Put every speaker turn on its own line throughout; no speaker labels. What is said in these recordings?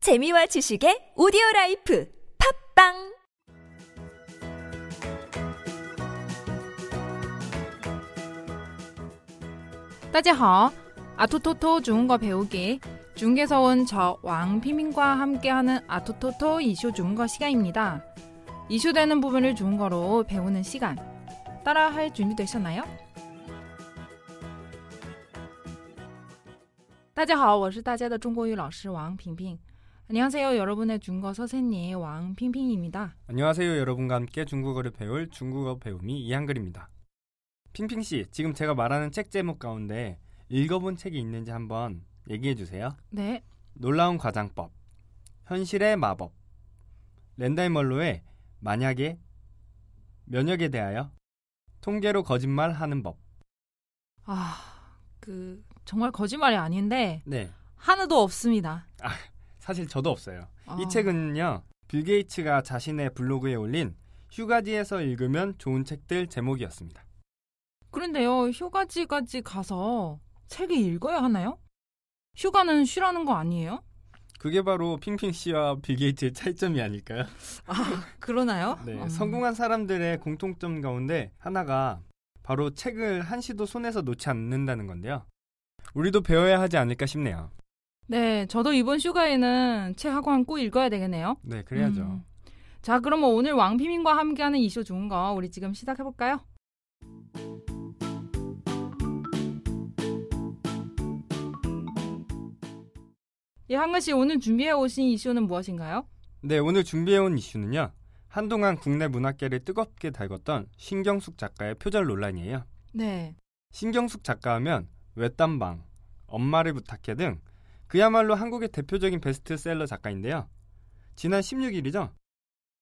재미와 지식의 오디오 라이프 팝빵
따지하 아토토토 중국어 배우기 중국에서 온 저 왕피민과 함께하는 아토토토 이슈 중국어 시간입니다. 이슈되는 부분을 중국어로 배우는 시간 따라할 준비되셨나요? 大家好，我是大家的中国语老师王平平。 안녕하세요, 여러분의 중국어 선생님 왕핑핑입니다.
안녕하세요. 여러분과 함께 중국어를 배울 중국어 배움이 이한글입니다. 핑핑 씨, 지금 제가 말하는 책 제목 가운데 읽어본 책이 있는지 한번 얘기해 주세요.
네,
놀라운 과장법, 현실의 마법, 랜달멀로의 만약에, 면역에 대하여, 통계로 거짓말하는 법.
아, 그 정말 거짓말이 아닌데
네,
하나도 없습니다.
사실 저도 없어요.
아.
이 책은요, 빌 게이츠가 자신의 블로그에 올린 휴가지에서 읽으면 좋은 책들 제목이었습니다.
그런데요, 휴가지까지 가서 책을 읽어야 하나요? 휴가는 쉬라는 거 아니에요?
그게 바로 핑핑 씨와 빌 게이츠의 차이점이 아닐까요?
그러나요?
네,
음,
성공한 사람들의 공통점 가운데 하나가 바로 책을 한시도 손에서 놓지 않는다는 건데요. 우리도 배워야 하지 않을까 싶네요.
네, 저도 이번 휴가에는 책 하고 안고 읽어야 되겠네요.
네, 그래야죠.
음. 자, 그러면 오늘 왕피민과 함께하는 이슈 좋은 거 우리 지금 시작해 볼까요? 예, 한글 씨 오늘 준비해 오신 이슈는 무엇인가요?
네, 오늘 준비해온 이슈는요. 한동안 국내 문학계를 뜨겁게 달궜던 신경숙 작가의 표절 논란이에요.
네.
신경숙 작가 하면 외딴방, 엄마를 부탁해 등 그야말로 한국의 대표적인 베스트셀러 작가인데요. 지난 16일이죠.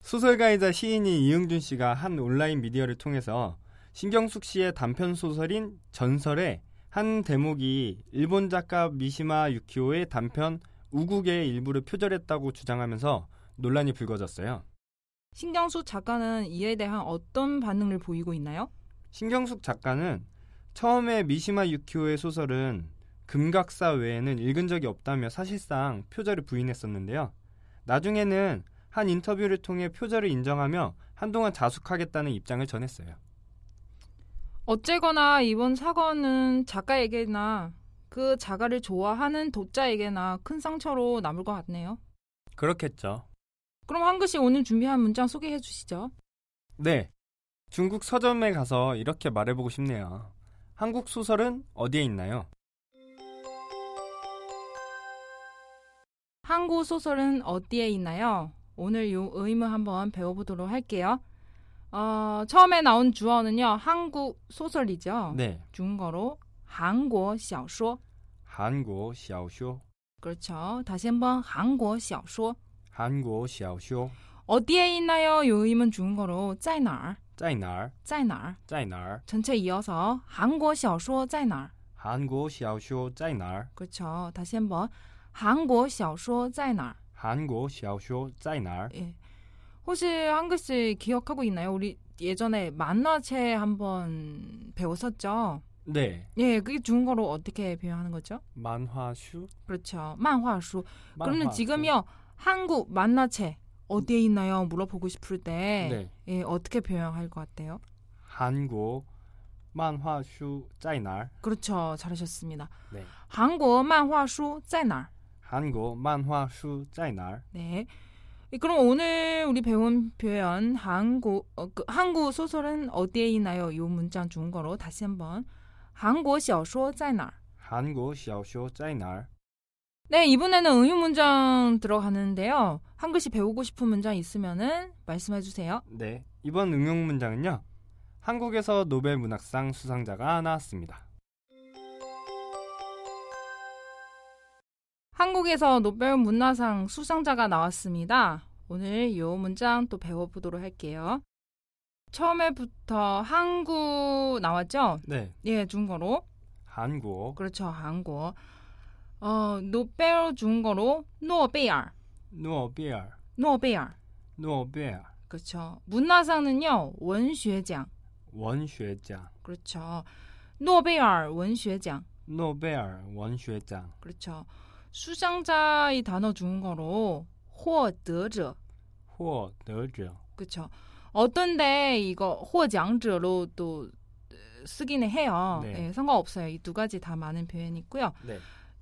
소설가이자 시인이 이응준 씨가 한 온라인 미디어를 통해서 신경숙 씨의 단편 소설인 전설의 한 대목이 일본 작가 미시마 유키오의 단편 우국의 일부를 표절했다고 주장하면서 논란이 불거졌어요.
신경수 작가는 이에 대한 어떤 반응을 보이고 있나요?
신경숙 작가는 처음에 미시마 유키오의 소설은 금각사 외에는 읽은 적이 없다며 사실상 표절을 부인했었는데요. 나중에는 한 인터뷰를 통해 표절을 인정하며 한동안 자숙하겠다는 입장을 전했어요.
어쨌거나 이번 사건은 작가에게나 그 작가를 좋아하는 독자에게나 큰 상처로 남을 것 같네요.
그렇겠죠.
그럼 한글 씨 오늘 준비한 문장 소개해 주시죠.
네. 중국 서점에 가서 이렇게 말해보고 싶네요. 한국 소설은 어디에 있나요?
한국 소설은 어디에 있나요? 오늘 요 의무 한번 배워보도록 할게요. 어, 처음에 나온 주어는요, 한국 소설이죠.
네.
중국어로 한국 小说.
한국 샤오쇼.
그렇죠. 다시 한번 한국 小说.
한국 샤오쇼.
어디에 있나요? 요 의문 중국어로 在哪儿?
짜이날.
在哪儿?
짜이날.
전체 이어서 한국 小说在哪儿?
한국 샤오쇼 짜이날.
그렇죠. 다시 한번 한국 小说在哪儿?
한국 샤오쇼 짜이날.
예. 혹시 한글 씨 기억하고 있나요? 우리 예전에 만화책 한번 배웠었죠.
네.
예, 그게 중국어로 어떻게 표현하는 거죠?
만화슈.
그렇죠. 만화수. 그러면
만화슈.
지금요 한국 만화책 어디에 있나요? 물어보고 싶을 때
네.
예, 어떻게 표현할 것 같아요?
한국 만화슈 짜이날.
그렇죠. 잘하셨습니다.
네.
한국 만화수 在哪儿?
한국 만화슈 짜이날.
네. 이, 그럼 오늘 우리 배운 표현 한국 어, 그, 한국 소설은 어디에 있나요? 이 문장 중국어로 다시 한번 한국 小说在哪?
한국 샤오쇼 짜이날.
네, 이번에는 응용 문장 들어가는데요. 한글씨 배우고 싶은 문장 있으면은 말씀해 주세요.
네. 이번 응용 문장은요. 한국에서 노벨 문학상 수상자가 나왔습니다.
한국에서 노벨 문화상 수상자가 나왔습니다. 오늘 이 문장 또 배워보도록 할게요. 처음에부터 한국 나왔죠?
네.
예, 중국어로.
한국
그렇죠. 한국. 어, 노벨 중국어로 노베알.
노벨
노베알.
노벨
그렇죠. 문화상은요. 원学奖.
원学奖
그렇죠. 노베알 원学奖.
노벨 원学奖
그렇죠. 수상자의 단어 중거로 获得者
호어 너죠.
그쵸 그렇죠. 어떤데 이거 获奖者로 또 어, 쓰기는 해요.
네.
예, 상관없어요. 이 두 가지 다 많은 표현이고요.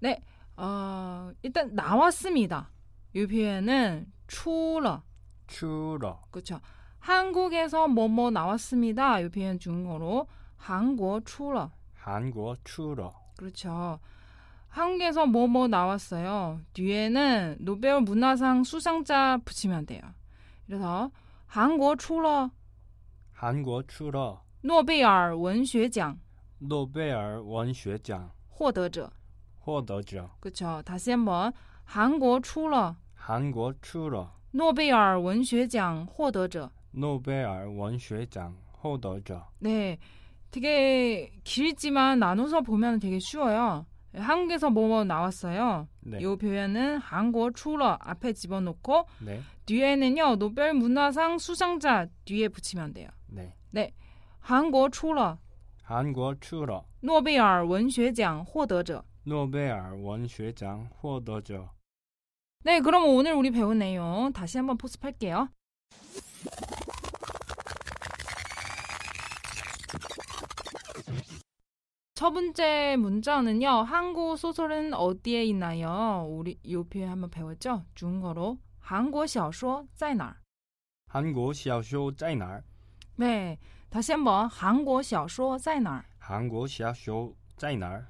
네.
어, 일단 나왔습니다. 이 표현은 出了
추러.
그쵸 한국에서 뭐뭐 나왔습니다. 이 표현 중거로 한국 出了
한국어 추러.
그렇죠. 한국에서 뭐뭐 나왔어요. 뒤에는 노벨 문화상 수상자 붙이면 돼요. 그래서 한국 出了
한국어 추러.
诺贝尔文学奖
노벨 원学奖
获得者.
获得者.
그렇죠. 다시 한번 한국 出了
한국어 추러.
诺贝尔文学奖获得者.
노벨 원学奖 获得者.
네. 되게 길지만 나눠서 보면 되게 쉬워요. 네, 한국에서 뭐뭐 나왔어요.
네.
이 표현은 한국 出了 앞에 집어넣고
네.
뒤에는요 노벨 문화상 수상자 뒤에 붙이면 돼요.
네.
한국 出了
한국어 추러.
诺贝尔文学奖获得者.
노벨 원学奖 获得者.
네, 그럼 오늘 우리 배운 내용 다시 한번 포습할게요. 첫 번째 문장은요. 한국 소설은 어디에 있나요? 우리 요 표현 한번 배웠죠? 중국어로 한국 小说在哪儿?
한국 小说在哪儿?
네, 다시 한번 한국 小说在哪儿?
한국 小说在哪儿?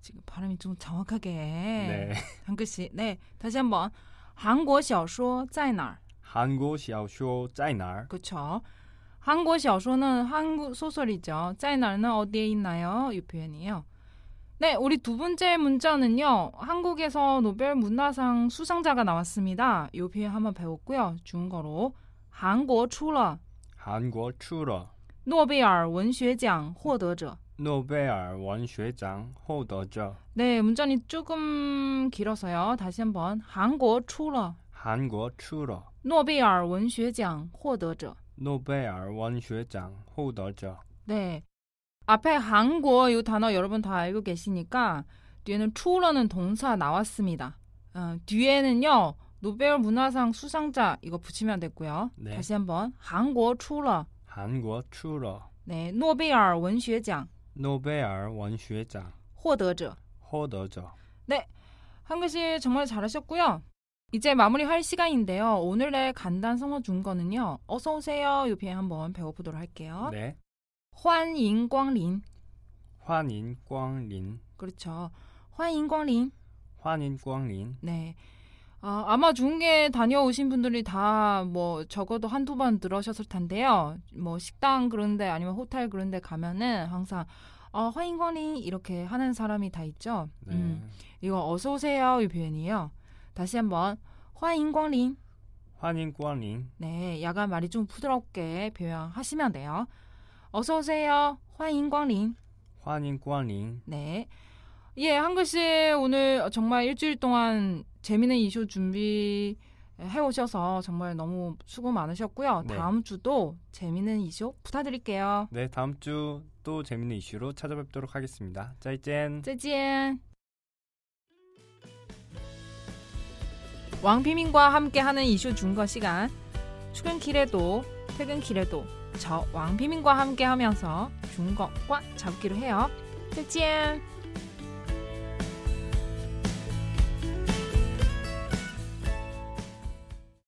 지금 발음이 좀 정확하게 哎
네.
한 글씨. 네, 다시 한번 한국 小说在哪儿?
한국 小说在哪儿?
그렇죠. 한국 小说는 한국 소설이죠. 짜이나는 어디에 있나요? 이 표현이에요. 네, 우리 두 번째 문자는요. 한국에서 노벨 문화상 수상자가 나왔습니다. 이 표현 한번 배웠고요. 중국어로 한국 出了
한국 추러.
诺贝尔文学奖获得者.
노벨 원学奖 获得者.
네, 문자는 조금 길어서요. 다시 한번 한국 出了
한국 추러.
诺贝尔文学奖获得者.
노벨 원学奖 获得者.
네. 앞에 한국어 이 단어 여러분 다 알고 계시니까 뒤에는 추우라는 동사 나왔습니다. 어, 뒤에는요 노벨 문화상 수상자 이거 붙이면 됐고요.
네.
다시 한번 한국어 추우라.
한국 추러.
네, 노벨 원学奖
노벨 원学奖
获得者.
获得者.
한글씨 정말 잘하셨고요. 이제 마무리할 시간인데요. 오늘의 간단 성어 중거는요. 어서 오세요. 이 표현 한번 배워보도록 할게요.
네.
환인광린.
환인光临.
그렇죠. 환인광린.
환인光临.
네. 아, 아마 중계 다녀오신 분들이 다 뭐 적어도 한두 번 들으셨을 텐데요. 뭐 식당 그런데 아니면 호텔 그런데 가면은 항상 어, 화인광링 이렇게 하는 사람이 다 있죠.
네.
음, 이거 어서 오세요 이 표현이에요. 다시 한번 화인광링.
환인光临.
네, 야간 말이 좀 부드럽게 표현하시면 돼요. 어서 오세요. 화인광링.
환인光临.
네. 예, 한글씨 오늘 정말 일주일 동안 재미있는 이슈 준비 해오셔서 정말 너무 수고 많으셨고요.
네.
다음 주도 재미있는 이슈 부탁드릴게요.
네, 다음 주 또 재밌는 이슈로 찾아뵙도록 하겠습니다. 짜이젠.
再见. 왕피민과 함께하는 이슈 준거 시간. 출근길에도 퇴근길에도 저 왕피민과 함께하면서 준거꽉 잡기로 해요. 再见.